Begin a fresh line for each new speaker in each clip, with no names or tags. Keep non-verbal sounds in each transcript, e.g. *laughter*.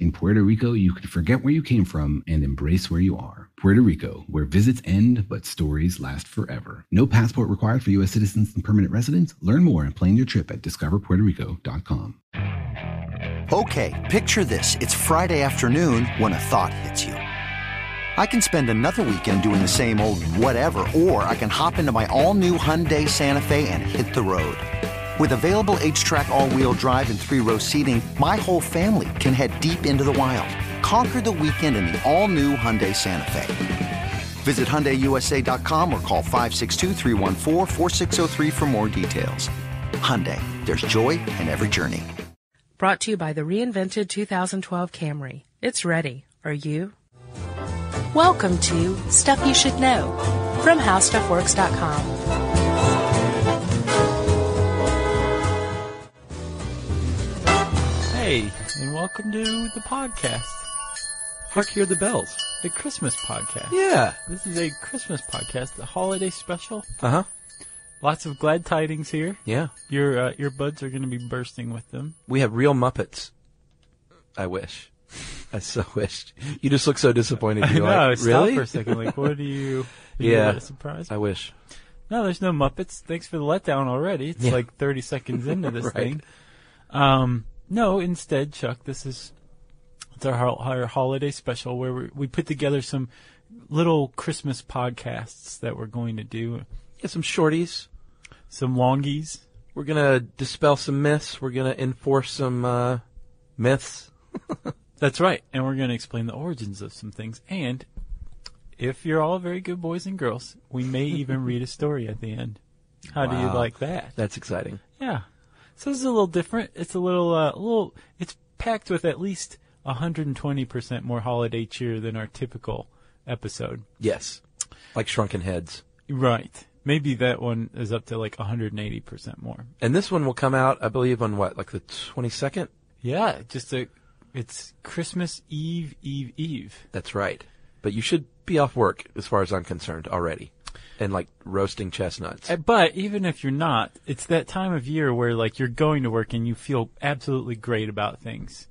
In Puerto Rico, you can forget where you came from and embrace where you are. Puerto Rico, where visits end but stories last forever. No passport required for U.S. citizens and permanent residents. Learn more and plan your trip at discoverpuertorico.com.
Okay, picture this. It's Friday afternoon when a thought hits you. I can spend another weekend doing the same old whatever, or I can hop into my all new Hyundai Santa Fe and hit the road. With available H track, all wheel drive, and three row seating, my whole family can head deep into the wild. Conquer the weekend in the all new Hyundai Santa Fe. Visit HyundaiUSA.com or call 562-314-4603 for more details. Hyundai, there's joy in every journey.
Brought to you by the reinvented 2012 Camry. It's ready. Are you? Welcome to Stuff You Should Know from HowStuffWorks.com.
Hey, and welcome to the podcast. Hark Hear the Bells, a Christmas podcast.
Yeah.
This is a Christmas podcast, a holiday special.
Uh huh.
Lots of glad tidings here.
Yeah.
Your uh, earbuds are going to be bursting with them.
We have real Muppets. I wish. *laughs* I so wish. You just look so disappointed.
*laughs*
You're
I know,
like,
stop
really?
for a second. Like, what
*laughs*
do you? Are you
yeah.
not surprised?
I wish.
No, there's no Muppets. Thanks for the letdown already. It's
Yeah.
like 30 seconds into
*laughs*
this
Right.
thing. Um, no, instead, Chuck, this is it's our, hol- our holiday special where we, we put together some little Christmas podcasts that we're going to do.
Yeah, some shorties.
Some longies.
We're gonna dispel some myths. We're gonna enforce some uh, myths.
That's right. And we're going to explain the origins of some things. And if you're all very good boys and girls, we may *laughs* even read a story at the end. How do you
Wow.
like that?
That's exciting.
Yeah. So this is a little different. It's a little, uh, a little. It's packed with at least 120% more holiday cheer than our typical episode.
Yes. Like shrunken heads.
Right. Maybe that one is up to like 180% more.
And this one will come out, I believe, on what, like the twenty second?
Yeah. Just a. It's Christmas Eve, Eve, Eve.
That's right. But you should be off work, as far as I'm concerned, already, and like roasting chestnuts.
Uh, But even if you're not, it's that time of year where like you're going to work and you feel absolutely great about things.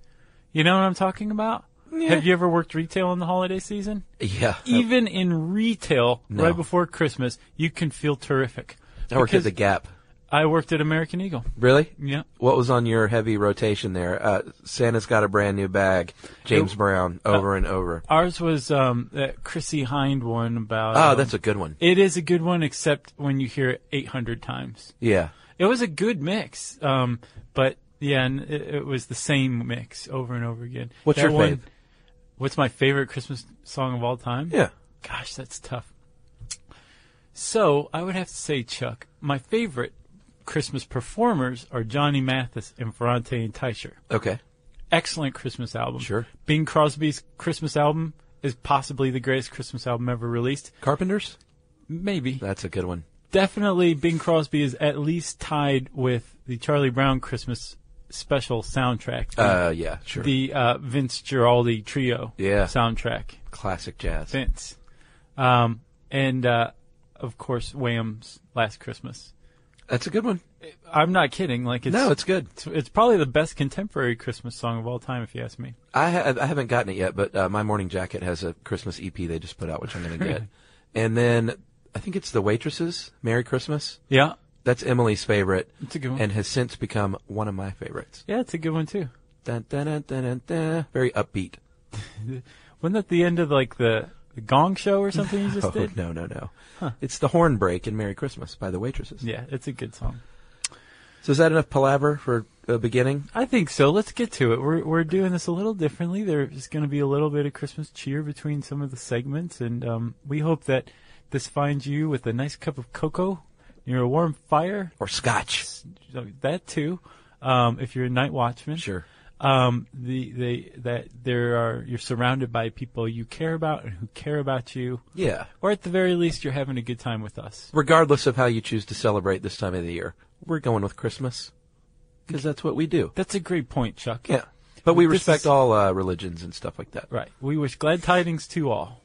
You know what I'm talking about? Have you ever worked retail in the holiday season?
yeah.
even in retail,
No.
right before Christmas, you can feel terrific.
I worked at
Because
the Gap.
I worked at American Eagle.
Really?
Yeah.
What was on your heavy rotation there? Uh, Santa's got a brand new bag. James Brown,
Uh,
over and over.
Ours was um, that Chrissy Hind one about.
Oh,
um,
that's a good one.
It is a good one, except when you hear it 800 times.
Yeah.
It was a good mix, um, but yeah, and it, it was the same mix over and over again.
What's
That
your
one-
fave?
What's my favorite Christmas song of all time?
Yeah.
Gosh, that's tough. So I would have to say, Chuck, my favorite Christmas performers are Johnny Mathis and Ferrante and Teicher.
Okay.
Excellent Christmas album.
Sure.
Bing Crosby's Christmas album is possibly the greatest Christmas album ever released.
Carpenters?
Maybe.
That's a good one.
Definitely, Bing Crosby is at least tied with the Charlie Brown Christmas special soundtrack. The-
Uh, yeah, sure.
the uh, Vince Giraldi trio
Yeah.
soundtrack.
Classic jazz.
Vince. Um, and, uh, of course, Wham's Last Christmas.
That's a good one.
I'm not kidding. Like, it's,
No, it's good.
it's, it's probably the best contemporary Christmas song of all time, if you ask me.
I, ha- I haven't gotten it yet, but uh, my morning jacket has a Christmas EP they just put out, which I'm going to
*laughs*
get. and then I think it's the waitresses. Merry Christmas.
Yeah.
That's Emily's favorite.
It's a good one.
And has since become one of my favorites.
Yeah, it's a good one, too.
Dun, dun, dun, dun, dun, dun. Very upbeat.
Wasn't that the end of, like, the, the gong show or something you
*laughs*
just
Oh,
did?
no, no, no. It's the horn break in Merry Christmas by the waitresses.
Yeah, it's a good song.
So is that enough palaver for a beginning?
I think so. Let's get to it. We're, we're doing this a little differently. There's going to be a little bit of Christmas cheer between some of the segments, and um, we hope that this finds you with a nice cup of cocoa near a warm fire
Or scotch?
So that too. Um, if you're a night watchman,
Sure.
um, the they that there are you're surrounded by people you care about and who care about you,
Yeah.
or at the very least you're having a good time with us.
Regardless of how you choose to celebrate this time of the year, we're going with Christmas because that's what we do.
That's a great point, Chuck.
Yeah. But we
This
respect
is-
all uh, religions and stuff like that.
Right. We wish glad tidings to all.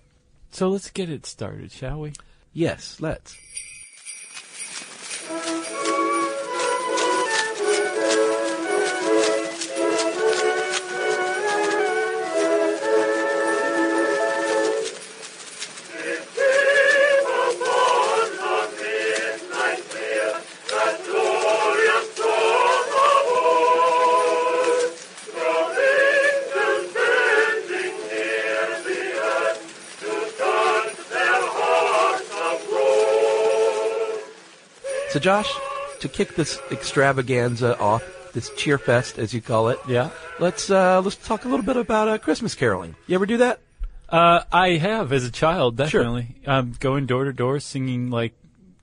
So let's get it started, shall we?
Yes, let's. So, Josh, to kick this extravaganza off, this cheer fest, as you call it,
Yeah.
let's uh, let's talk a little bit about uh, Christmas caroling. You ever do that?
Uh, I have as a child,
Sure.
definitely. Um, going door to door singing like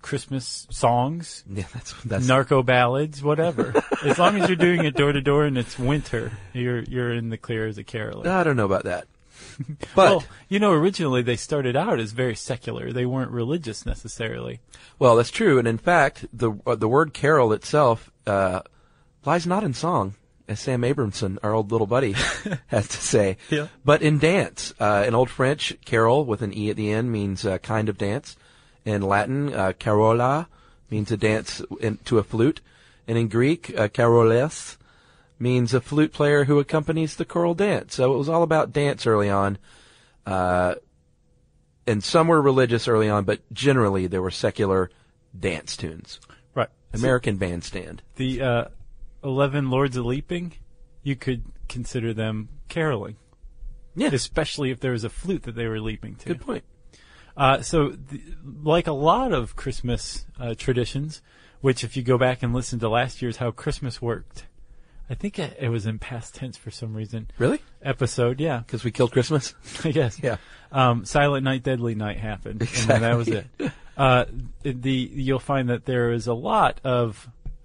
Christmas songs,
Yeah, *laughs* that's that's
narco ballads, whatever.
*laughs*
as long as you're doing it door to door and it's winter, you're you're in the clear as a caroler.
I don't know about that. Uh, But well,
well, you know, originally they started out as very secular. They weren't religious necessarily.
that's true, and in fact, the uh, the word carol itself uh, lies not in song, as Sam Abramson, our old little buddy, has to say,
Yeah.
but in dance. Uh, in Old French, carol with an e at the end means uh, kind of dance. In Latin, uh, carola means a dance in, to a flute, and in Greek, uh, caroles means a flute player who accompanies the choral dance. So it was all about dance early on. and some were religious early on, but generally there were secular dance tunes.
Right.
American Bandstand.
the uh, 11 Lords of Leaping, you could consider them caroling,
Yeah,
especially if there was a flute that they were leaping to.
good point.
Uh, so, th like a lot of Christmas uh, traditions, which if you go back and listen to last year's How Christmas Worked, I think it, it was in past tense for some reason.
Really?
Episode, yeah,
Because we killed Christmas.
*laughs* I guess.
Yeah.
Um, Silent Night, Deadly Night happened, and then that was it. *laughs* Uh, the you'll find that there is a lot of,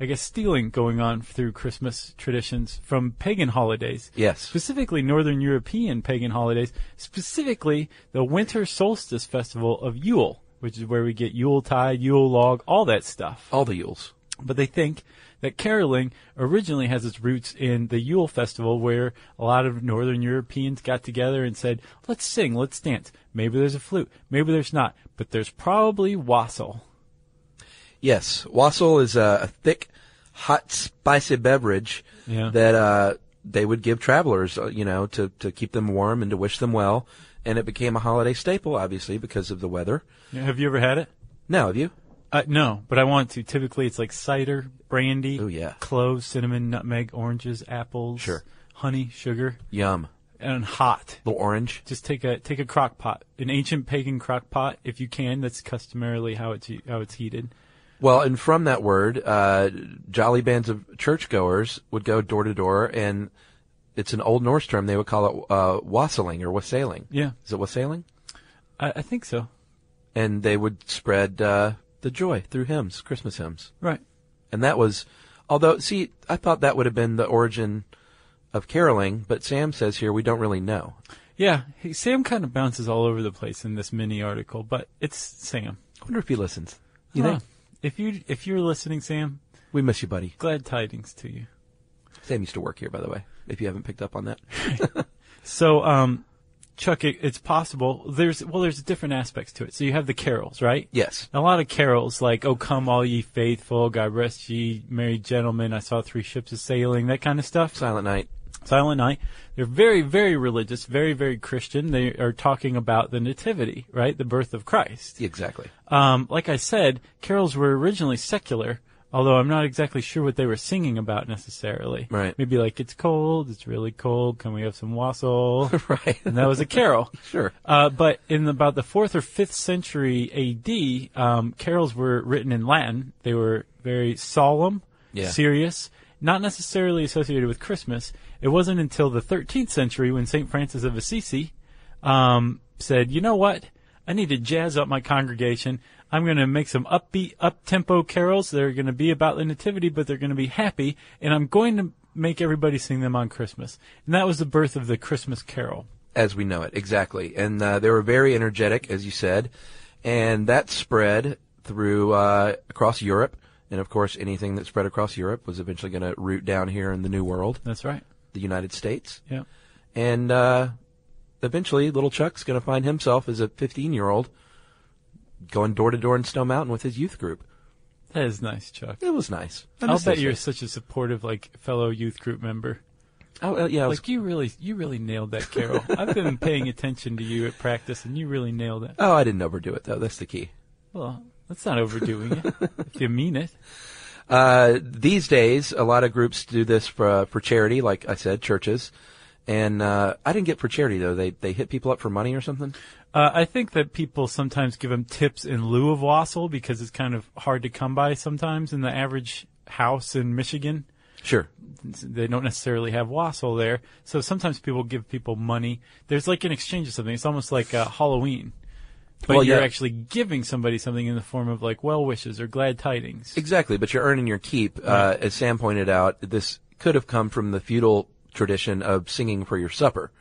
I guess, stealing going on through Christmas traditions from pagan holidays.
Yes.
Specifically, Northern European pagan holidays. Specifically, the Winter Solstice Festival of Yule, which is where we get Yule tide, Yule log, all that stuff.
*laughs* All the Yules.
But they think that caroling originally has its roots in the Yule festival, where a lot of Northern Europeans got together and said, "Let's sing, let's dance. Maybe there's a flute, maybe there's not, but there's probably wassail."
Yes, wassail is a, a thick, hot, spicy beverage
Yeah.
that uh, they would give travelers, uh, you know, to, to keep them warm and to wish them well. And it became a holiday staple, obviously, because of the weather.
Have you ever had it?
Now, have you?
Uh, no, but I want to. Typically, it's like cider, brandy,
Ooh, Oh, yeah.
cloves, cinnamon, nutmeg, oranges, apples,
Sure.
honey, sugar,
Yum.
and hot.
Little orange.
Just take a take a crock pot, an ancient pagan crock pot, if you can. That's customarily how it's how it's heated.
Well, and from that word, uh, jolly bands of churchgoers would go door to door, and it's an old Norse term. They would call it uh, wassailing or wassailing.
Yeah.
Is it wassailing?
I, I think so.
And they would spread uh, the joy through hymns, Christmas hymns.
Right.
And that was, although, see, I thought that would have been the origin of caroling, but Sam says here we don't really know.
Yeah, he, Sam kind of bounces all over the place in this mini article, but it's Sam.
I wonder if he listens. You
Huh.
think?
If you if you're listening, Sam,
We miss you, buddy.
glad tidings to you.
Sam used to work here, by the way, if you haven't picked up on that.
So, um, Chuck, it, it's possible. There's well, there's different aspects to it. So you have the carols, right?
Yes.
A lot of carols like "O Come All Ye Faithful," "God Rest Ye Merry Gentlemen," "I Saw Three Ships a Sailing," that kind of stuff.
Silent Night.
Silent Night. They're very, very religious, very, very Christian. They are talking about the Nativity, right? The birth of Christ.
Exactly.
Um, like I said, carols were originally secular, although I'm not exactly sure what they were singing about necessarily.
Right.
Maybe like, it's cold, it's really cold, can we have some wassail?
*laughs* right.
and that was
*laughs*
a carol.
Sure.
Uh, but in about the fourth or fifth century AD, um, carols were written in Latin. They were very solemn,
Yeah.
serious, not necessarily associated with Christmas. It wasn't until the 13th century when St. Francis of Assisi um, said, you know what? I need to jazz up my congregation. I'm going to make some upbeat, up-tempo carols. They're going to be about the nativity, but they're going to be happy. And I'm going to make everybody sing them on Christmas. And that was the birth of the Christmas carol.
as we know it. Exactly. And uh, they were very energetic, as you said, and that spread through uh, across Europe. And of course, anything that spread across Europe was eventually going to root down here in the New World,
That's right.
the United States.
Yeah.
And uh, eventually, little Chuck's going to find himself as a 15 year old going door to door in Snow Mountain with his youth group.
That is nice, Chuck.
It was nice. I
I'll
miss
bet
those
you're
days.
such a supportive, like fellow youth group member.
Oh, uh, yeah, I was-
Like you really, you really nailed that, Carol. I've been paying attention to you at practice, and you really nailed it.
oh, I didn't overdo it, though. That's the key.
Well, that's not overdoing it. if you mean it,
Uh, these days, a lot of groups do this for uh, for charity, like I said, churches. And uh, I didn't get for charity though. They they hit people up for money or something.
uh, I think that people sometimes give them tips in lieu of wassail because it's kind of hard to come by sometimes in the average house in Michigan.
Sure.
they don't necessarily have wassail there. So sometimes people give people money. There's like an exchange of something. It's almost like uh, Halloween. But
Well,
you're
yeah.
actually giving somebody something in the form of like well wishes or glad tidings.
Exactly. But you're earning your keep. Uh, as Sam pointed out, this could have come from the feudal tradition of singing for your supper.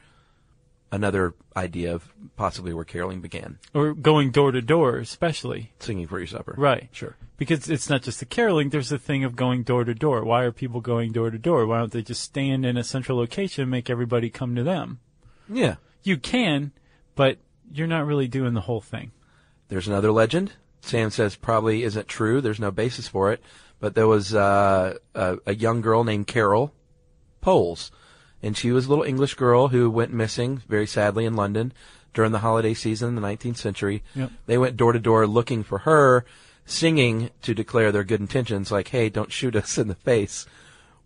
Another idea of possibly where caroling began,
or going door to door, especially.
singing for your supper.
Right.
Sure.
Because it's not just the caroling, there's the thing of going door to door. Why are people going door to door? Why don't they just stand in a central location and make everybody come to them?
Yeah.
You can, but you're not really doing the whole thing.
There's another legend. Sam says probably isn't true. There's no basis for it. But there was uh, a, a young girl named Carol Poles, and she was a little English girl who went missing very sadly in London during the holiday season in the 19th century.
Yep.
They went door to door looking for her, singing to declare their good intentions, like "Hey, don't shoot us in the face.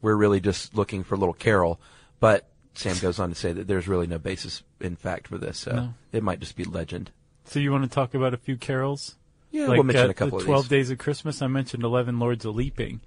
We're really just looking for little Carol." But Sam goes on to say that there's really no basis in fact for this. So It might just be legend.
So you want to talk about a few carols?
Yeah,
like
we'll mention
uh,
a couple
the
of
12
these.
days of christmas i mentioned 11 lords of leaping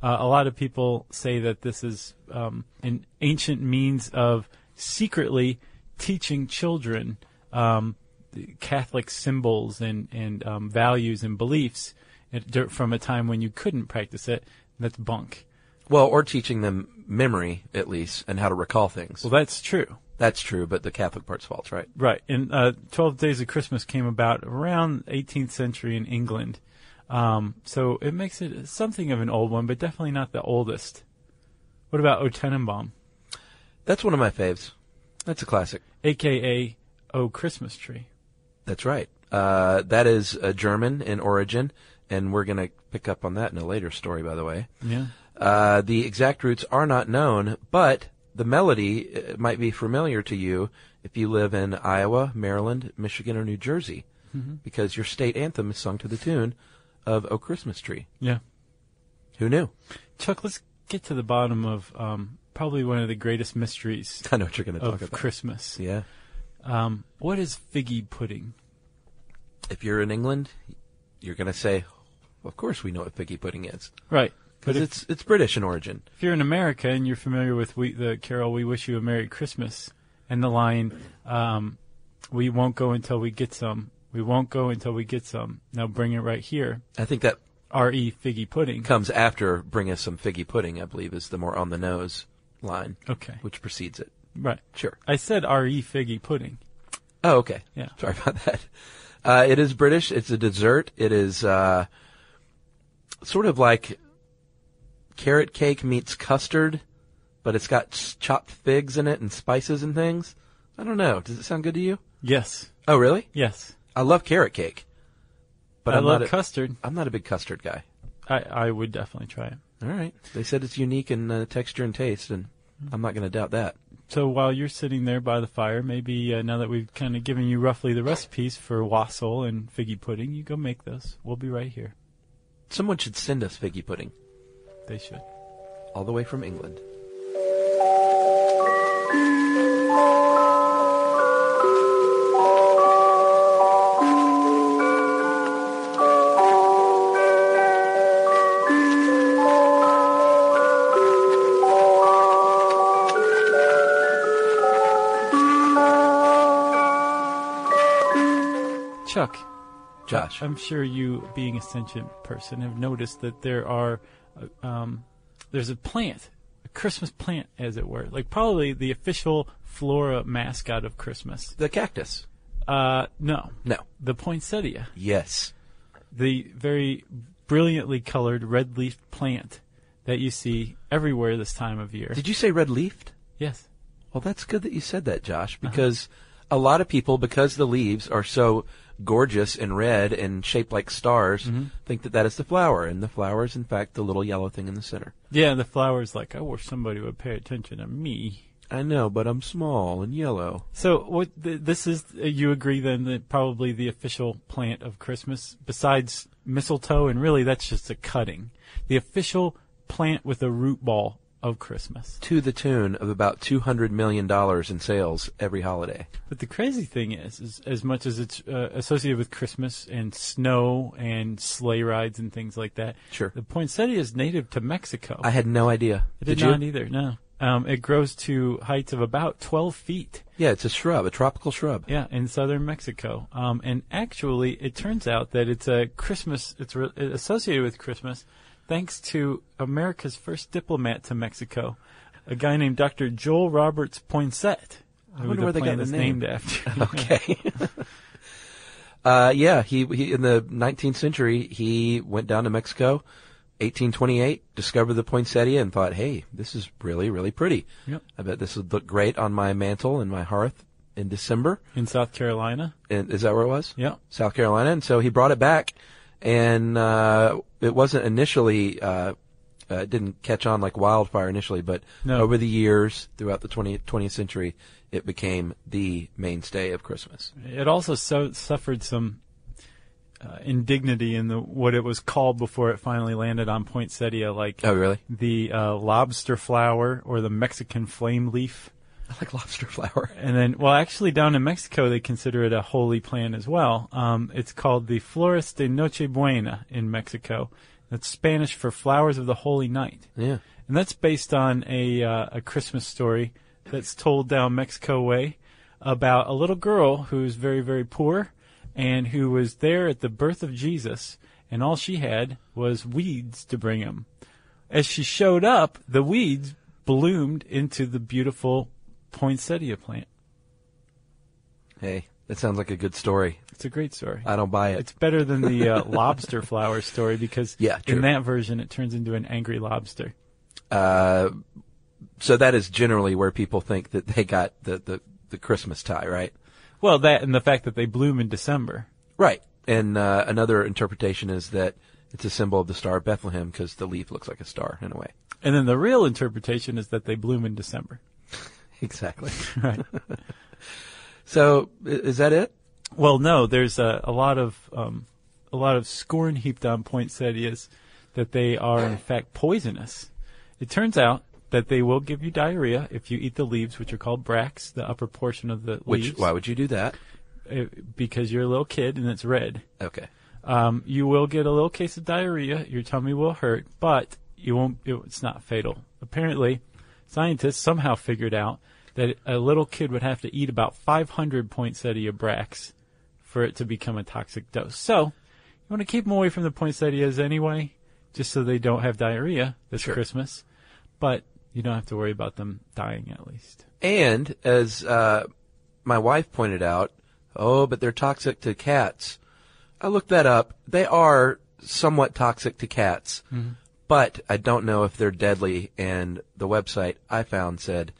uh, a lot of people say that this is um, an ancient means of secretly teaching children um, the catholic symbols and, and um, values and beliefs at, dur- from a time when you couldn't practice it that's bunk
Well, or teaching them memory at least and how to recall things.
well that's true
That's true, but the Catholic part's false, right?
Right. And uh, 12 Days of Christmas came about around 18th century in England. Um, so it makes it something of an old one, but definitely not the oldest. What about O Tenenbaum,
That's one of my faves. That's a classic.
a.k.a. O Christmas Tree?
That's right. Uh, that is uh, German in origin, and we're going to pick up on that in a later story, by the way.
Yeah.
Uh, the exact roots are not known, but the melody uh, might be familiar to you if you live in Iowa, Maryland, Michigan, or New Jersey,
Mm-hmm.
because your state anthem is sung to the tune of O Christmas Tree.
Yeah.
Who knew? *laughs*
Chuck, let's get to the bottom of um, probably one of the greatest mysteries
I know what you're going to talk
of
about.
Christmas.
yeah.
Um, what is figgy pudding?
if you're in England, you're going to say, "Of course, we know what figgy pudding is,"
Right. But
because
if-
it's it's British in origin.
if you're in America and you're familiar with we, the carol "We Wish You a Merry Christmas" and the line, um, "We won't go until we get some. We won't go until we get some. Now bring it right here."
I think that
R.E. Figgy pudding.
comes after "Bring us some figgy pudding." I believe is the more on the nose line,
Okay,
which precedes it.
right.
Sure.
I said R.E. Figgy pudding.
Oh, okay.
Yeah.
Sorry about *laughs* that. Uh, it is British. It's a dessert. It is uh, sort of like carrot cake meets custard, but it's got s- chopped figs in it and spices and things. I don't know. Does it sound good to you?
Yes,
Oh, really?
yes.
I love carrot cake, but
I
I'm
love
not a-
custard.
I'm not a big custard guy.
I, I would definitely try it.
All right. They said it's unique in uh, texture and taste, and I'm not going to doubt that.
So while you're sitting there by the fire, maybe uh, now that we've kind of given you roughly the recipes for wassail and figgy pudding, you go make those. We'll be right here.
Someone should send us figgy pudding,
They should.
all the way from England.
Chuck,
Josh,
I'm sure you, being a sentient person, have noticed that there are, uh, um, there's a plant, a Christmas plant, as it were, like probably the official flora mascot of Christmas.
The cactus.
Uh, no,
No.
the poinsettia,
Yes.
the very brilliantly colored red leafed plant that you see everywhere this time of year.
Did you say red leafed?
yes.
Well, that's good that you said that, Josh, because a lot of people, because the leaves are so gorgeous and red and shaped like stars, think that that is the flower, and the flower is in fact the little yellow thing in the center.
Yeah, the flower's like, I wish somebody would pay attention to me.
I know, but I'm small and yellow.
So what th- this is uh, you agree then that probably the official plant of Christmas besides mistletoe and really that's just a cutting. The official plant with a root ball of Christmas.
To the tune of about two hundred million dollars in sales every holiday.
But the crazy thing is, is as much as it's uh, associated with Christmas and snow and sleigh rides and things like that.
Sure.
The poinsettia is native to Mexico.
I had no idea.
I did,
you?
not either. No. Um, it grows to heights of about 12 feet.
Yeah, it's a shrub, a tropical shrub.
Yeah, in southern Mexico. Um, and actually, it turns out that it's a Christmas. It's re- associated with Christmas, thanks to America's first diplomat to Mexico, a guy named Dr. Joel Roberts Poinsett. I
wonder where they got the
is
name.
named after. *laughs*
Okay. *laughs* uh, yeah, he, he in the 19th century he went down to Mexico, 1828, discovered the poinsettia and thought, "Hey, this is really really pretty.
Yep.
I bet this would look great on my mantle and my hearth in December."
in South Carolina.
And is that where it was?
Yep.
South Carolina, and so he brought it back, and uh, it wasn't initially. Uh, uh, it didn't catch on like wildfire initially, but
No.
over the years, throughout the 20th, 20th century, it became the mainstay of Christmas.
It also so- suffered some uh, indignity in the what it was called before it finally landed on poinsettia, like
Oh, really?
the uh, lobster flower or the Mexican flame leaf.
I like lobster flower.
And then, well, actually, down in Mexico, they consider it a holy plant as well. Um, it's called the Flores de Noche Buena in Mexico. That's Spanish for flowers of the holy night.
Yeah.
And that's based on a, uh, a Christmas story that's told down Mexico way about a little girl who's very, very poor and who was there at the birth of Jesus. And all she had was weeds to bring him. As she showed up, the weeds bloomed into the beautiful poinsettia plant.
Hey, that sounds like a good story.
It's a great story.
I don't buy it.
it's better than
*laughs*
the uh, lobster flower story because
Yeah, true.
in that version it turns into an angry lobster.
Uh, so that is generally where people think that they got the, the, the Christmas tie, right?
Well, that and the fact that they bloom in December.
Right. And uh, another interpretation is that it's a symbol of the Star of Bethlehem because the leaf looks like a star in a way.
And then the real interpretation is that they bloom in December.
Exactly.
Right.
*laughs* so i- is that it?
well, no, there's a, a lot of um, a lot of scorn heaped on poinsettias that they are in fact poisonous. It turns out that they will give you diarrhea if you eat the leaves, which are called bracts, the upper portion of the
Which
leaves,
why would you do that?
uh, because you're a little kid and it's red.
Okay.
Um, you will get a little case of diarrhea. Your tummy will hurt, but you won't. It, it's not fatal. Apparently, scientists somehow figured out that a little kid would have to eat about 500 poinsettia bracts for it to become a toxic dose. So you want to keep them away from the poinsettias anyway, just so they don't have diarrhea this
Sure.
Christmas. But you don't have to worry about them dying at least.
And as uh, my wife pointed out, oh, but they're toxic to cats. I looked that up. They are somewhat toxic to cats, but I don't know if they're deadly. And the website I found said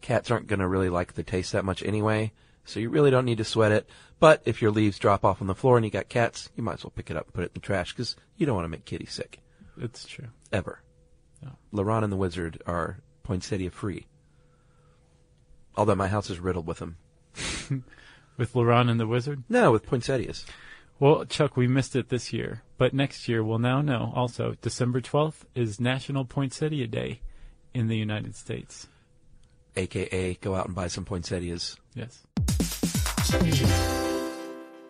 cats aren't going to really like the taste that much anyway, so you really don't need to sweat it. But if your leaves drop off on the floor and you got cats, you might as well pick it up and put it in the trash because you don't want to make kitties sick
It's true.
ever. Laron and the Wizard are poinsettia free. Although my house is riddled with them.
With Laron and the Wizard.
No, with poinsettias.
Well, Chuck, we missed it this year, but next year we'll now know. Also, December 12th is National Poinsettia Day in the United States.
AKA, go out and buy some poinsettias.
Yes.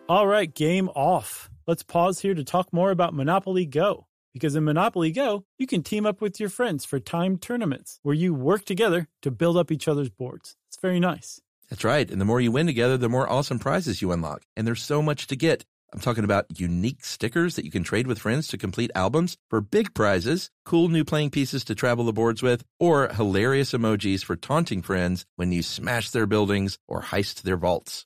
All right, game off. Let's pause here to talk more about Monopoly Go. Because in Monopoly Go, you can team up with your friends for timed tournaments where you work together to build up each other's boards. It's very nice.
That's right. And the more you win together, the more awesome prizes you unlock. And there's so much to get. I'm talking about unique stickers that you can trade with friends to complete albums for big prizes, cool new playing pieces to travel the boards with, or hilarious emojis for taunting friends when you smash their buildings or heist their vaults.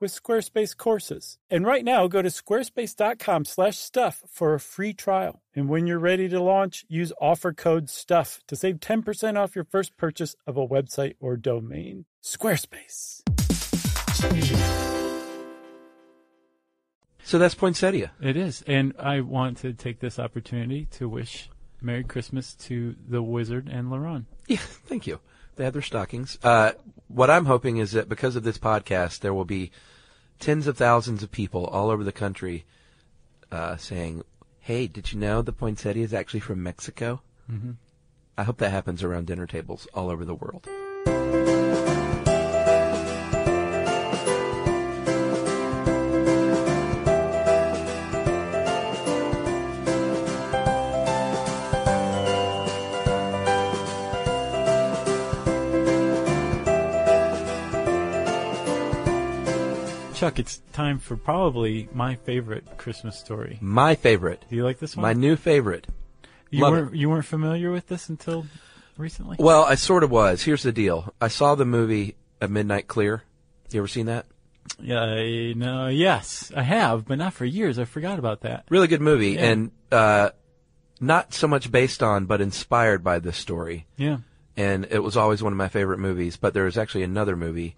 with Squarespace courses. And right now, go to squarespace.com/stuff for a free trial. And when you're ready to launch, use offer code STUFF to save 10% off your first purchase of a website or domain. Squarespace.
So that's poinsettia.
It is. And I want to take this opportunity to wish Merry Christmas to the Wizard and Laron.
Yeah, *laughs* thank you. They had their stockings. Uh, what I'm hoping is that because of this podcast, there will be tens of thousands of people all over the country uh, saying, "Hey, did you know the poinsettia is actually from Mexico?" Mm-hmm. I hope that happens around dinner tables all over the world.
Chuck, it's time for probably my favorite Christmas story.
My favorite,
Do you like this one?
my new favorite.
you
love
weren't you weren't familiar with this until recently?
Well, I sort of was. Here's the deal. I saw the movie A Midnight Clear. You ever seen that?
Yeah, I- no, yes, I have, but not for years. I forgot about that.
Really good movie, and uh, not so much based on, but inspired by this story.
Yeah.
and it was always one of my favorite movies. But there is actually another movie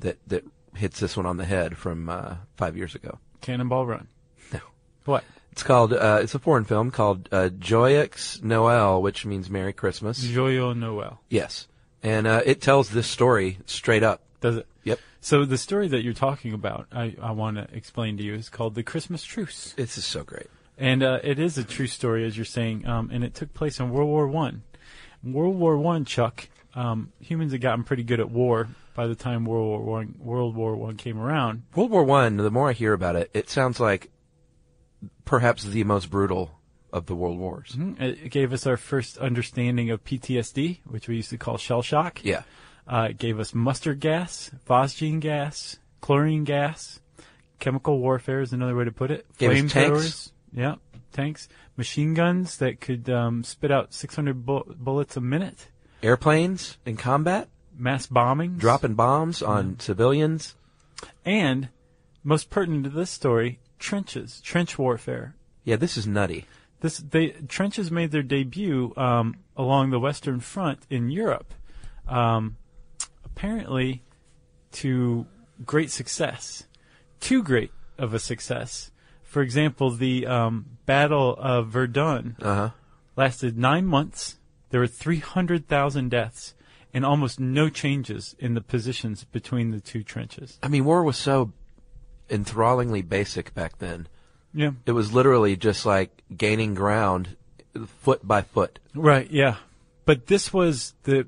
that that hits this one on the head from uh, five years ago.
Cannonball Run.
No.
What?
It's called. Uh, it's a foreign film called uh, Joyeux Noel, which means Merry Christmas.
Joyo Noel.
yes, and uh, it tells this story straight up.
Does it?
Yep,
So the story that you're talking about, I, I want to explain to you, is called The Christmas Truce.
this is so great.
And uh, it is a true story, as you're saying, um, and it took place in World War One. World War One, Chuck. Um, humans had gotten pretty good at war by the time World War One World War One came around.
World War One. The more I hear about it, it sounds like perhaps the most brutal of the world wars.
It it gave us our first understanding of PTSD, which we used to call shell shock.
Yeah,
Uh, it gave us mustard gas, phosgene gas, chlorine gas. Chemical warfare is another way to put it.
Gave us
Flame
tanks.
throwers. Yeah, tanks. Machine guns that could um, spit out 600 bu- bullets a minute.
airplanes in combat,
Mass bombings.
dropping bombs on civilians.
And, most pertinent to this story, trenches. Trench warfare.
Yeah, this is nutty.
This they trenches made their debut um, along the Western Front in Europe, um, apparently to great success, too great of a success. For example, the um, Battle of Verdun lasted nine months. There were three hundred thousand deaths and almost no changes in the positions between the two trenches.
I mean, war was so enthrallingly basic back then.
Yeah,
It was literally just like gaining ground foot by foot.
Right, yeah. But this was the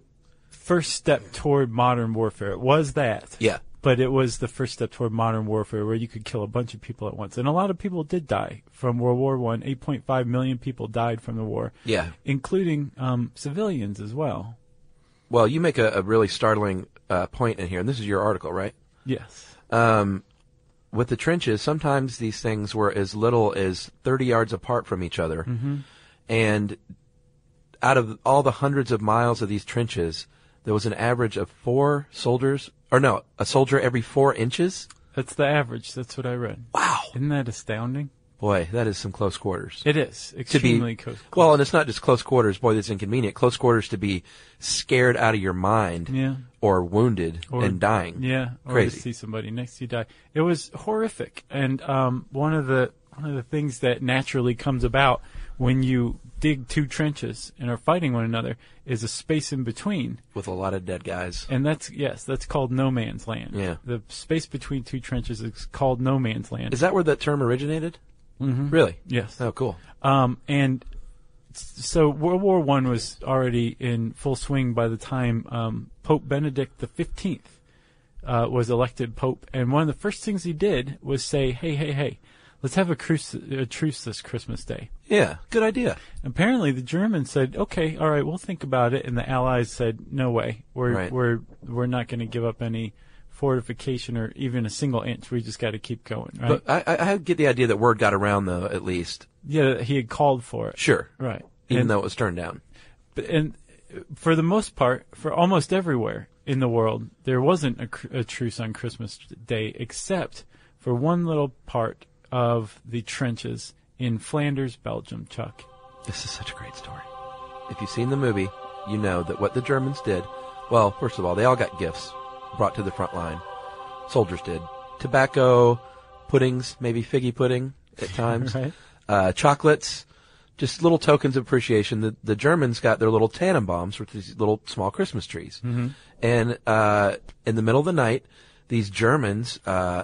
first step toward modern warfare. It was that.
Yeah.
But it was the first step toward modern warfare where you could kill a bunch of people at once. And a lot of people did die from World War One. 8.5 million people died from the war.
Yeah.
Including um, civilians as well.
Well, you make a, a really startling uh, point in here, and this is your article, right? Um,
Yes.
With the trenches, sometimes these things were as little as 30 yards apart from each other. And out of all the hundreds of miles of these trenches, there was an average of four soldiers, or no, a soldier every four inches.
That's the average. That's what I read.
Wow,
Isn't that astounding?
boy, that is some close quarters.
It is
to be
extremely close.
well, and it's not just close quarters. Boy, that's inconvenient. Close quarters to be scared out of your mind,
Yeah.
or wounded
Or-
and dying.
Yeah, or
crazy.
to see somebody next to you die. It was horrific, and um, one of the one of the things that naturally comes about when you dig two trenches and are fighting one another is a space in between,
with a lot of dead guys.
and that's yes, that's called no man's land.
Yeah.
the space between two trenches is called no man's land.
Is that where that term originated? Mm-hmm. Really?
yes.
Oh, cool.
Um, and s- so World War One was already in full swing by the time um, Pope Benedict the Fifteenth uh, was elected pope, and one of the first things he did was say, "Hey, hey, hey, let's have a, cruce- a truce this Christmas Day."
Yeah, good idea.
Apparently, the Germans said, "Okay, all right, we'll think about it," and the Allies said, "No way, we're
Right.
we're we're not going to give up any." Fortification or even a single inch, we just got to keep going, right?
But I, I, I get the idea that word got around, though, at least.
yeah, he had called for it,
Sure.
right?
Even
And-
though it was turned down.
But- and for the most part, for almost everywhere in the world, there wasn't a, cr- a truce on Christmas Day, except for one little part of the trenches in Flanders, Belgium. Chuck,
This is such a great story. If you've seen the movie, you know that what the Germans did, well, first of all, they all got gifts brought to the front line. Soldiers did. Tobacco, puddings, maybe figgy pudding at times,
Right.
uh, chocolates, just little tokens of appreciation. The, the Germans got their little tandem bombs, which are these little small Christmas trees. Mm-hmm. And uh, in the middle of the night, these Germans uh,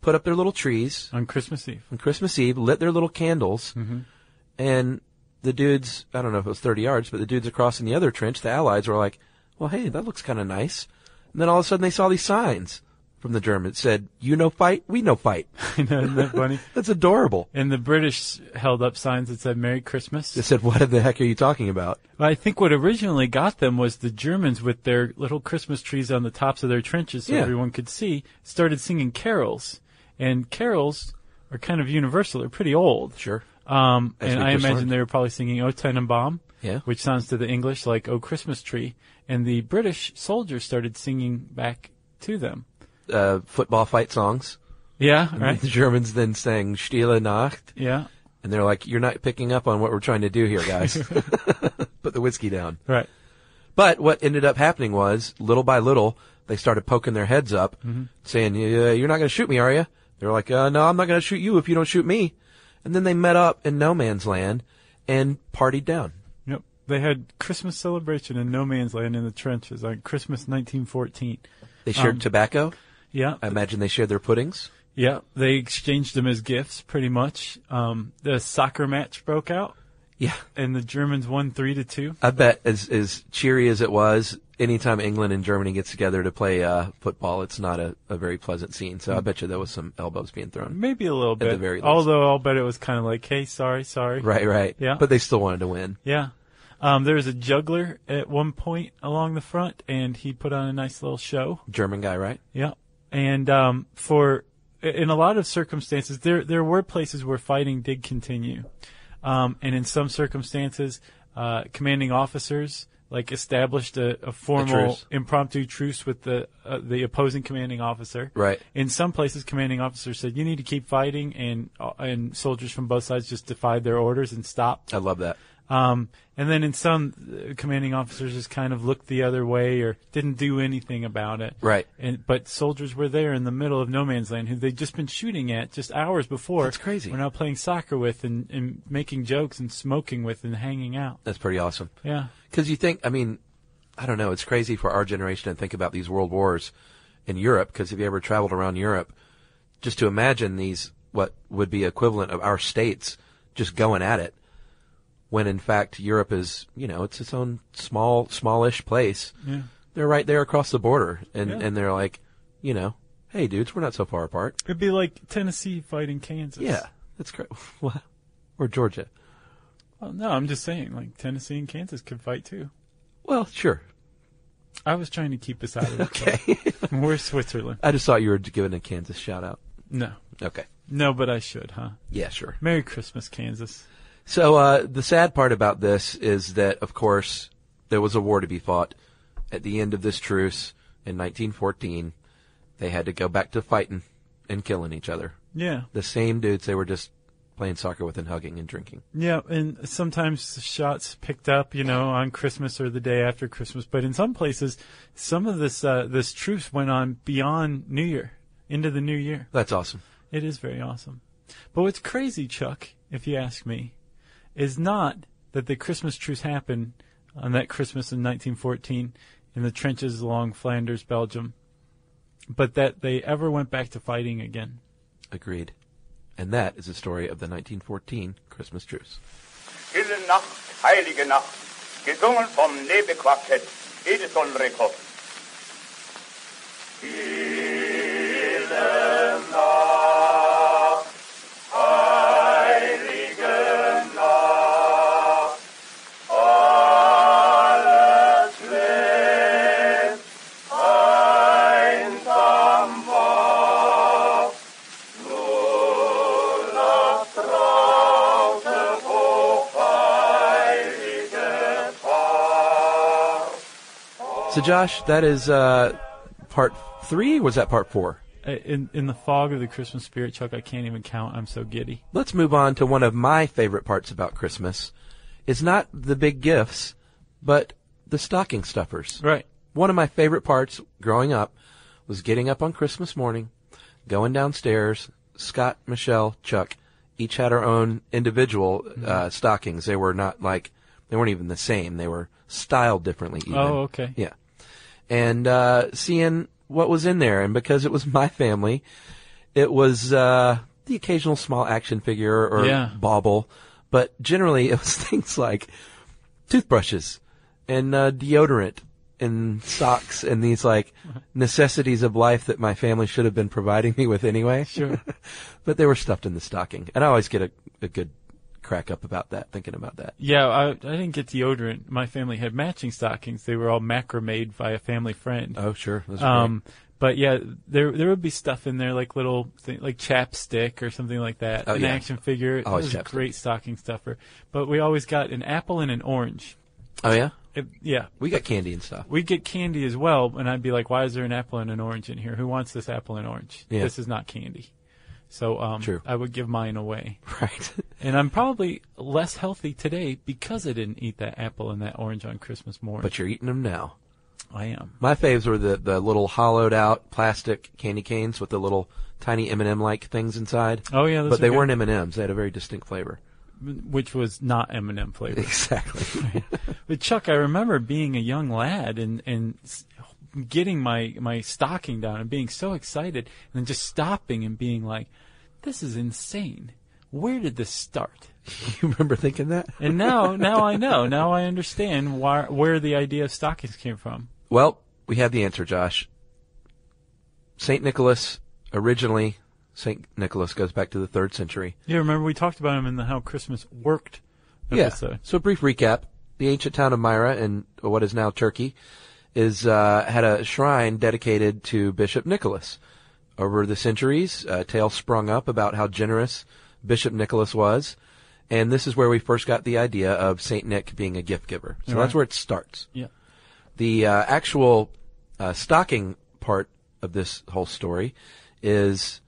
put up their little trees
on Christmas Eve.
on Christmas Eve, lit their little candles, and the dudes, I don't know if it was 30 yards, but the dudes across in the other trench, the Allies, were like, well, hey, that looks kind of nice. And then all of a sudden they saw these signs from the Germans that said, you no fight, we no fight.
*laughs* Isn't that funny?
*laughs* That's adorable.
And the British held up signs that said "Merry Christmas."
They said, what the heck are you talking about?
I think what originally got them was the Germans with their little Christmas trees on the tops of their trenches so
Yeah.
everyone could see started singing carols. And carols are kind of universal. They're pretty old.
Sure.
Um,
As
and
we
I
just
imagine
learned.
they were probably singing O Tenenbaum,
Yeah.
which sounds to the English like O Christmas Tree. And the British soldiers started singing back to them.
Uh, football fight songs.
Yeah, Mm-hmm.
And
right?
The Germans then sang Stille Nacht,
yeah,
and they're like, you're not picking up on what we're trying to do here, guys. *laughs* Put the whiskey down.
right.
But what ended up happening was, little by little, they started poking their heads up, saying, "Yeah, "You're not going to shoot me, are you?" They were like, uh, "No, I'm not going to shoot you if you don't shoot me." And then they met up in no man's land and partied down.
Yep. They had Christmas celebration in no man's land in the trenches on Christmas 1914.
They shared tobacco.
Yeah.
I imagine they shared their puddings.
Yeah, they exchanged them as gifts, pretty much. Um, the soccer match broke out,
Yeah,
and the Germans won three to two.
I bet as as cheery as it was, anytime England and Germany gets together to play uh, football, it's not a, a very pleasant scene. So I bet you there was some elbows being thrown.
Maybe a little bit,
the very least.
although I'll bet it was kind of like, "Hey, sorry, sorry."
Right, right.
Yeah.
But they still wanted to win.
Yeah. Um, there was a juggler at one point along the front, and he put on a nice little show.
German guy, right?
Yeah. And um, for in a lot of circumstances, there there were places where fighting did continue, um, and in some circumstances, uh, commanding officers like established a, a formal
truce.
impromptu truce with the uh, the opposing commanding officer.
Right.
In some places, commanding officers said, "You need to keep fighting," and uh, and soldiers from both sides just defied their orders and stopped.
I love that.
Um, and then in some, uh, commanding officers just kind of looked the other way or didn't do anything about it.
Right.
And but soldiers were there in the middle of no man's land who they'd just been shooting at just hours before.
That's crazy.
We're now playing soccer with and, and making jokes and smoking with and hanging out.
That's pretty awesome.
Yeah.
Because you think, I mean, I don't know. It's crazy for our generation to think about these world wars in Europe. Because if you ever traveled around Europe, just to imagine these what would be equivalent of our states just going at it, when in fact Europe is, you know, it's its own small, smallish place.
Yeah.
They're right there across the border, and
Yeah.
and they're like, you know, hey dudes, we're not so far apart.
It'd be like Tennessee fighting Kansas.
Yeah, that's great. *laughs* What? Or Georgia?
Well, no, I'm just saying like Tennessee and Kansas could fight too.
Well, sure.
I was trying to keep us out of it.
Okay.
though. We're Switzerland.
I just thought you were giving a Kansas shout out.
No.
Okay.
No, but I should, huh?
Yeah, sure.
Merry Christmas, Kansas.
So uh, the sad part about this is that, of course, there was a war to be fought. At the end of this truce in 1914, they had to go back to fighting and killing each other.
Yeah.
The same dudes they were just playing soccer with and hugging and drinking.
Yeah, and sometimes the shots picked up, you know, on Christmas or the day after Christmas. But in some places, some of this uh, this truce went on beyond New Year, into the New Year.
That's awesome.
It is very awesome. But what's crazy, Chuck, if you ask me, is not that the Christmas truce happened on that Christmas in 1914 in the trenches along Flanders, Belgium, but that they ever went back to fighting again.
Agreed. And that is the story of the 1914 Christmas truce.
Stille Nacht, heilige Nacht, gesungen vom Nebequartett Edison Rekord.
So, Josh, that is uh, part three. Was that part four?
Uh, In, in the fog of the Christmas spirit, Chuck, I can't even count. I'm so giddy.
Let's move on to one of my favorite parts about Christmas. It's not the big gifts, but the stocking stuffers.
Right.
One of my favorite parts growing up was getting up on Christmas morning, going downstairs. Scott, Michelle, Chuck each had our own individual
Mm-hmm.
uh, stockings. They were not like, they weren't even the same. They were styled differently. Even.
Oh, okay.
Yeah. And uh, seeing what was in there. And because it was *laughs* my family, it was uh, the occasional small action figure or
Yeah.
bauble. But generally, it was *laughs* things like toothbrushes and uh, deodorant and socks and these like necessities of life that my family should have been providing me with anyway.
Sure.
*laughs* but they were stuffed in the stocking. And I always get a, a good crack up about that, thinking about that.
Yeah, I, I didn't get deodorant. My family had matching stockings. They were all macrame by a family friend.
Oh, sure. That's
um, but yeah, there there would be stuff in there like little thing, like chapstick or something like that,
Oh,
an
yeah.
action figure.
Always
it was a
chapstick.
great stocking stuffer. But we always got an apple and an orange.
great. Oh, yeah?
It, yeah,
We got candy and stuff.
we'd get candy as well, and I'd be like, "Why is there an apple and an orange in here? Who wants this apple and orange?
Yeah.
This is not candy." So um,
True.
I would give mine away.
*laughs* Right.
And I'm probably less healthy today because I didn't eat that apple and that orange on Christmas morning.
but you're eating them now.
I am.
My faves were the, the little hollowed out plastic candy canes with the little tiny M&M like things inside.
Oh, yeah, those
but
are
they
good.
weren't M&Ms. They had a very distinct
*laughs*
flavor.
Which was not M&M *laughs*
*laughs*
flavor.
Exactly.
But Chuck, I remember being a young lad and and s- getting my my stocking down and being so excited, and then just stopping and being like, "This is insane. Where did this start?"
you remember thinking that?
And *laughs* now now I know. Now I understand why where the idea of stockings came from.
Well, we have the answer, Josh. St. Nicholas, originally, St. Nicholas goes back to the third century.
Yeah, remember we talked about him in the how Christmas worked episode.
So a brief recap. The ancient town of Myra in what is now Turkey is uh, had a shrine dedicated to Bishop Nicholas. Over the centuries, a tale sprung up about how generous Bishop Nicholas was, and this is where we first got the idea of Saint Nick being a gift giver. So that's where it starts.
Yeah.
The uh, actual uh, stocking part of this whole story is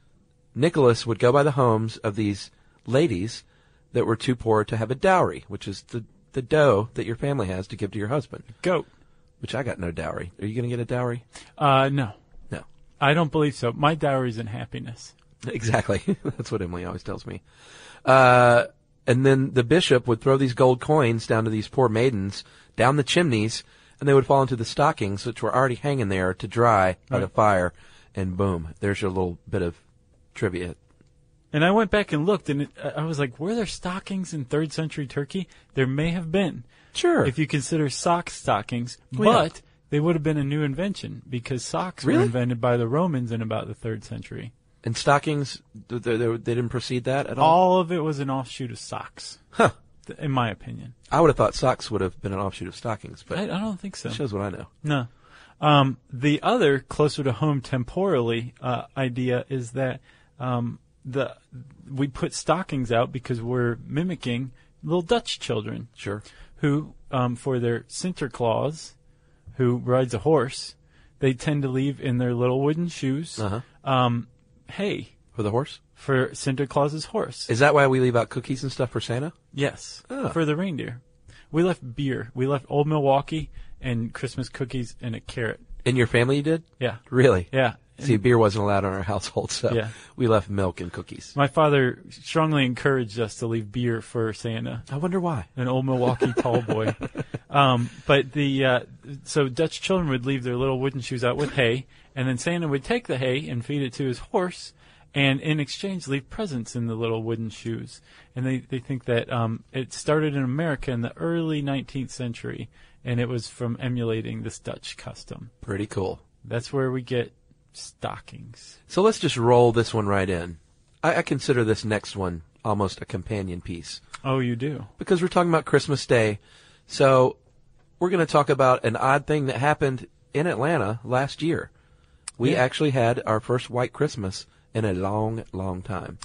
Nicholas would go by the homes of these ladies that were too poor to have a dowry, which is the, the dough that your family has to give to your husband,
Goat.
which I got no dowry. Are you going to get a dowry?
Uh, no,
No.
I don't believe so. My diary's in happiness.
*laughs* Exactly. That's what Emily always tells me. Uh, and then the bishop would throw these gold coins down to these poor maidens, down the chimneys, and they would fall into the stockings, which were already hanging there to dry by the fire, and boom, there's your little bit of trivia.
And I went back and looked, and it, I- I was like, "Were there stockings in third century Turkey? There may have been."
Sure.
if you consider sock stockings,
yeah.
but they would have been a new invention because socks were
Really?
invented by the Romans in about the third century.
and stockings, th- th- th- they didn't precede that at all?
All of it was an offshoot of socks,
Huh.
th- in my opinion.
I would have thought socks would have been an offshoot of stockings, but
I, I don't think so.
it shows what I know.
No. Um, the other closer to home temporally uh, idea is that um, the we put stockings out because we're mimicking little Dutch children
Sure.
who, um, for their Sinterklaas, who rides a horse, they tend to leave in their little wooden shoes
Uh-huh.
um, hay
For the horse?
for Sinterklaas's horse.
Is that why we leave out cookies and stuff for Santa?
yes,
Oh.
for the reindeer. We left beer. We left Old Milwaukee and Christmas cookies and a carrot.
In your family you did?
Yeah,
Really?
yeah.
See, beer wasn't allowed in our *laughs* household, so
Yeah.
we left milk and cookies.
My father strongly encouraged us to leave beer for Santa.
I wonder why.
an old Milwaukee tall *laughs* boy. Um, but the uh, so Dutch children would leave their little wooden shoes out with hay, and then Santa would take the hay and feed it to his horse, and in exchange leave presents in the little wooden shoes. And they they think that um, it started in America in the early 19th century, and it was from emulating this Dutch custom.
Pretty cool.
That's where we get stockings.
So let's just roll this one right in. I, I consider this next one almost a companion piece
Oh, you do.
because we're talking about Christmas Day. So we're going to talk about an odd thing that happened in Atlanta last year. We
Yeah.
actually had our first white Christmas in a long, long time.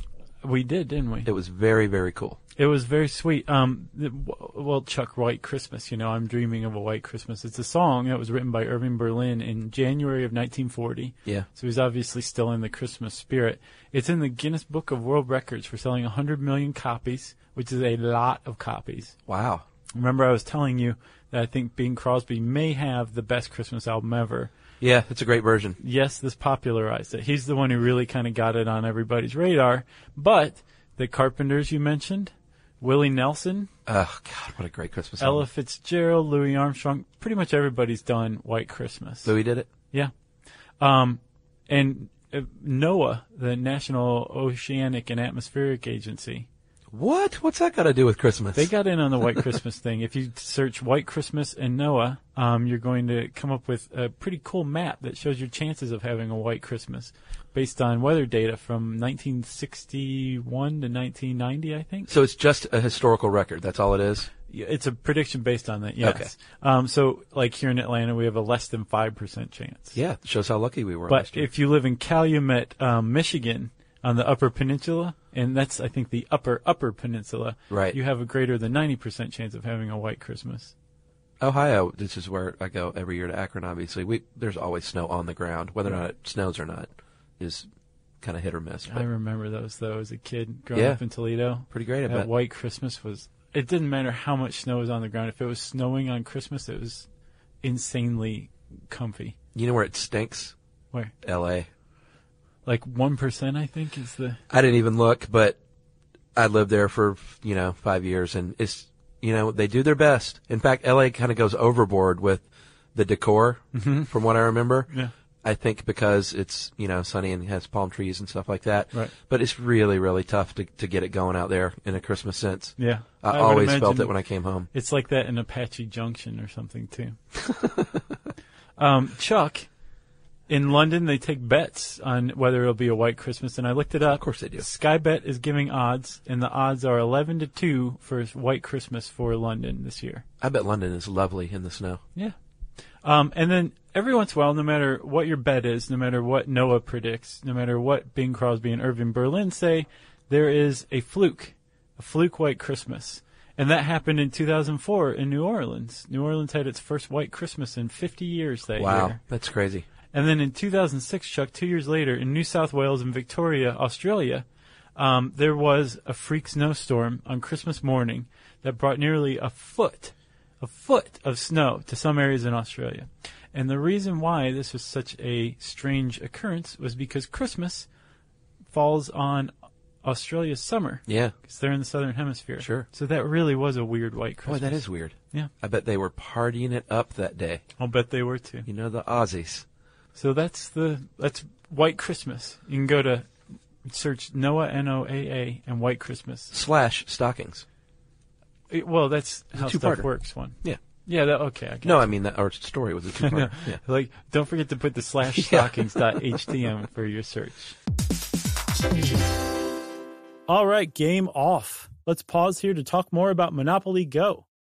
We did, didn't we?
It was very, very cool.
It was very sweet. Um, the- w- well, Chuck White Christmas, you know, I'm dreaming of a white Christmas. It's a song that was written by Irving Berlin in January of 1940.
Yeah.
So he's obviously still in the Christmas spirit. It's in the Guinness Book of World Records for selling 100 million copies, which is a lot of copies.
Wow.
Remember, I was telling you that I think Bing Crosby may have the best Christmas album ever.
Yeah, it's a great version.
Yes, this popularized it. He's the one who really kind of got it on everybody's radar. But the Carpenters you mentioned, Willie Nelson,
Oh God, what a great Christmas! album.
Ella Fitzgerald, Louis Armstrong, pretty much everybody's done White Christmas.
Louis did it.
Yeah. Um, and uh, NOAA, the National Oceanic and Atmospheric Agency,
What? What's that got to do with Christmas?
they got in on the White Christmas thing. If you search White Christmas and NOAA, um, you're going to come up with a pretty cool map that shows your chances of having a White Christmas based on weather data from 1961 to 1990, I think.
so it's just a historical record. That's all it is.
Yeah, It's a prediction based on that, yes.
Okay.
Um, so, like here in Atlanta, we have a less than 5% chance.
Yeah, it shows how lucky we were.
But
last year.
if you live in Calumet, um, Michigan, on the Upper Peninsula, and that's, I think, the upper, upper peninsula,
Right.
you have a greater than 90% chance of having a white Christmas.
Ohio, this is where I go every year to Akron. Obviously, we there's always snow on the ground. Whether or not it snows or not is kind of hit or miss.
I
But
remember those, though, as a kid growing
Yeah.
up in Toledo.
pretty great, I
That
bet.
white Christmas was, it didn't matter how much snow was on the ground. If it was snowing on Christmas, it was insanely comfy.
you know where it stinks?
Where?
L.A.
Like 1%, I think, is the.
I didn't even look, but I lived there for you know five years, and it's you know they do their best. In fact, LA kind of goes overboard with the decor, from what I remember.
Mm-hmm. Yeah.
I think because it's you know sunny and has palm trees and stuff like that.
Right.
But it's really really tough to to get it going out there in a Christmas sense.
Yeah.
I,
would
always
imagine-
felt it when I came home.
It's like that in Apache Junction or
*laughs*
something too. um, Chuck, in London, they take bets on whether it'll be a white Christmas, and I looked it up. Of
course they do.
Skybet is giving odds, and the odds are eleven to two for white Christmas for London this year.
I bet London is lovely in the snow.
Yeah. Um, and then every once in a while, no matter what your bet is, no matter what Noah predicts, no matter what Bing Crosby and Irving Berlin say, there is a fluke, a fluke white Christmas. And that happened in 2004 in New Orleans. New Orleans had its first white Christmas in 50 years that
Wow,
year.
that's crazy.
And then in 2006, Chuck, two years later, in New South Wales and Victoria, Australia, um, there was a freak snowstorm on Christmas morning that brought nearly a foot, a foot of snow to some areas in Australia. And the reason why this was such a strange occurrence was because Christmas falls on Australia's summer.
Yeah.
Because they're in the southern hemisphere.
Sure.
So that really was a weird white Christmas.
Boy, that is weird.
Yeah.
I bet they were partying it up that day.
I'll bet they were too.
You know the Aussies.
So that's the that's White Christmas. You can go to search NOAA N O A A and White Christmas.
Slash stockings.
It- well, that's how
two-parter.
stuff works. One.
Yeah.
Yeah. That, okay. I got
No,
it.
I mean that our story was a two
No,
part. yeah.
*laughs* Like, don't forget to put the
*laughs*
slash
Yeah. *laughs*
stockings.htm for your search.
All right, game off. Let's pause here to talk more about Monopoly Go.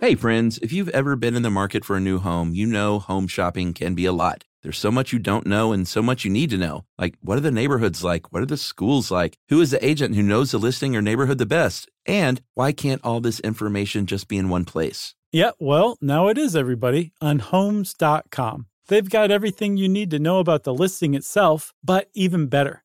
Hey friends, if you've ever been in the market for a new home, you know home shopping can be a lot. There's so much you don't know and so much you need to know. Like, what are the neighborhoods like? What are the schools like? Who is the agent who knows the listing or neighborhood the best? And why can't all this information just be in one place?
Yeah, well, now it is, everybody, on homes.com. They've got everything you need to know about the listing itself, but even better,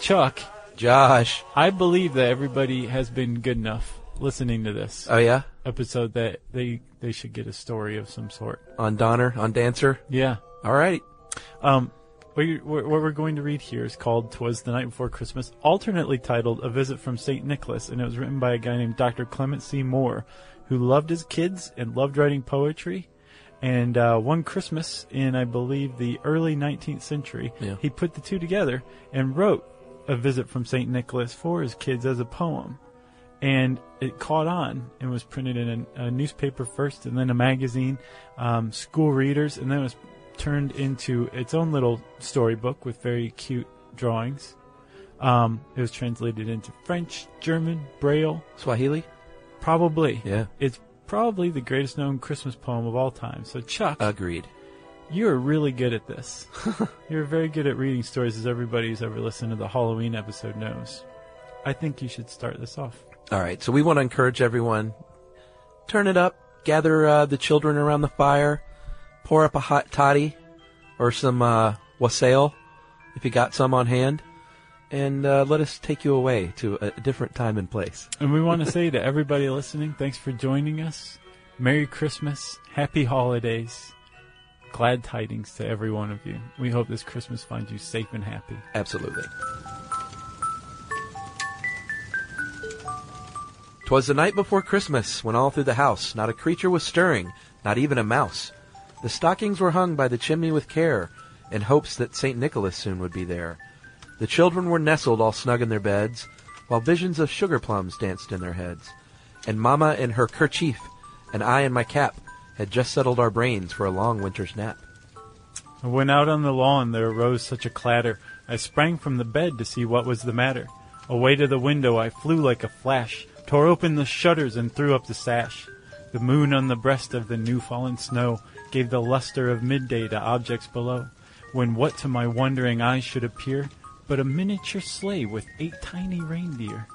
Chuck,
Josh.
I believe that everybody has been good enough listening to this
Oh yeah,
episode that they they should get a story of some sort.
on Donner, on Dancer.
Yeah.
All right.
Um, what, you, what what we're going to read here is called "Twas the Night Before Christmas," alternately titled "A Visit from Saint Nicholas," and it was written by a guy named Dr. Clement C. Moore, who loved his kids and loved writing poetry. And uh, one Christmas in, I believe, the early 19th century,
Yeah.
he put the two together and wrote "A Visit from Saint Nicholas" for his kids as a poem. And it caught on and was printed in a, a newspaper first, and then a magazine, um, school readers, and then it was turned into its own little storybook with very cute drawings. Um, it was translated into French, German, Braille.
Swahili.
Probably.
Yeah.
It's probably the greatest known Christmas poem of all time. So, Chuck,
Agreed.
you're really good at this. *laughs* you're very good at reading stories, as everybody who's ever listened to the Halloween episode knows. I think you should start this off.
All right, so we want to encourage everyone. Turn it up. Gather uh, the children around the fire. Pour up a hot toddy or some uh, wassail if you got some on hand. And uh, let us take you away to a different time and place.
And we want to say to everybody listening, thanks for joining us. Merry Christmas, happy holidays, glad tidings to every one of you. We hope this Christmas finds you safe and happy.
Absolutely. 'Twas the night before Christmas when all through the house not a creature was stirring, not even a mouse. The stockings were hung by the chimney with care, in hopes that St. Nicholas soon would be there. The children were nestled all snug in their beds, while visions of sugar plums danced in their heads. And Mamma in her kerchief, and I in my cap, had just settled our brains for a long winter's nap.
And When out on the lawn there arose such a clatter, I sprang from the bed to see what was the matter. Away to the window I flew like a flash, tore open the shutters and threw up the sash. The moon on the breast of the new fallen snow gave the luster of midday to objects below, when what to my wondering eyes should appear but a miniature sleigh with eight tiny reindeer.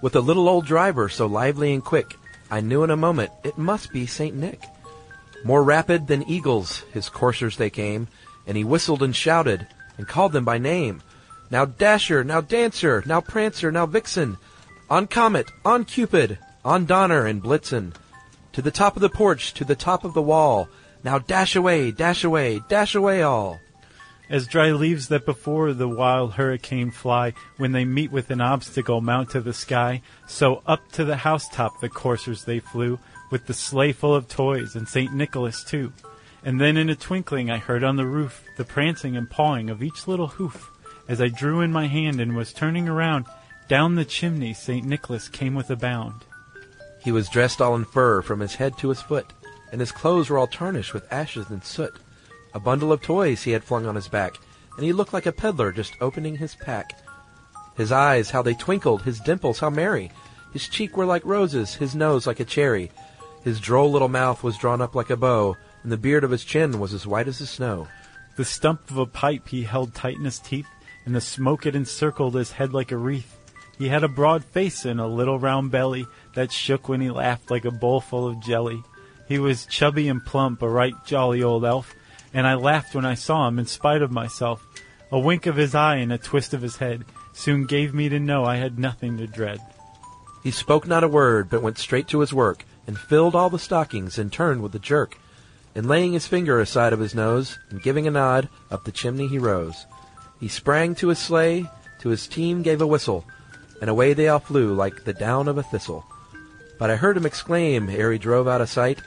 With a little old driver so lively and quick, I knew in a moment it must be Saint Nick. More rapid than eagles, his coursers they came, and he whistled and shouted, and called them by name. Now Dasher, now Dancer, now Prancer, now Vixen, on Comet, on Cupid, on Donner and Blitzen, to the top of the porch, to the top of the wall, now dash away, dash away, dash away all.
As dry leaves that before the wild hurricane fly, when they meet with an obstacle, mount to the sky, so up to the housetop the coursers they flew, with the sleigh full of toys and St. Nicholas too. And then in a twinkling I heard on the roof the prancing and pawing of each little hoof. As I drew in my hand and was turning around, down the chimney St. Nicholas came with a bound.
He was dressed all in fur from his head to his foot, and his clothes were all tarnished with ashes and soot. A bundle of toys he had flung on his back, and he looked like a peddler just opening his pack. His eyes, how they twinkled, his dimples, how merry! His cheek were like roses, his nose like a cherry. His droll little mouth was drawn up like a bow, and the beard of his chin was as white as the snow.
The stump of a pipe he held tight in his teeth, and the smoke it encircled his head like a wreath. He had a broad face and a little round belly that shook when he laughed like a bowl full of jelly. He was chubby and plump, a right jolly old elf, and I laughed when I saw him in spite of myself. A wink of his eye and a twist of his head soon gave me to know I had nothing to dread.
He spoke not a word, but went straight to his work, and filled all the stockings in turn with a jerk. And laying his finger aside of his nose, and giving a nod, up the chimney he rose. He sprang to his sleigh, to his team gave a whistle, and away they all flew like the down of a thistle. But I heard him exclaim ere he drove out of sight,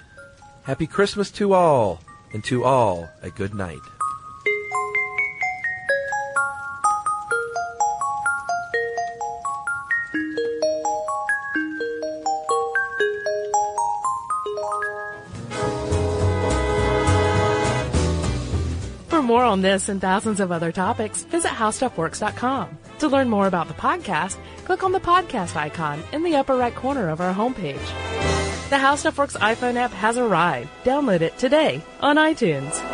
Happy Christmas to all, and to all a good night.
For more on this and thousands of other topics, visit howstuffworks.com. To learn more about the podcast, click on the podcast icon in the upper right corner of our homepage. The How Stuff Works iPhone app has arrived. Download it today on iTunes.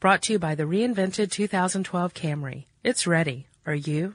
Brought to you by the reinvented 2012 Camry. It's ready. Are you?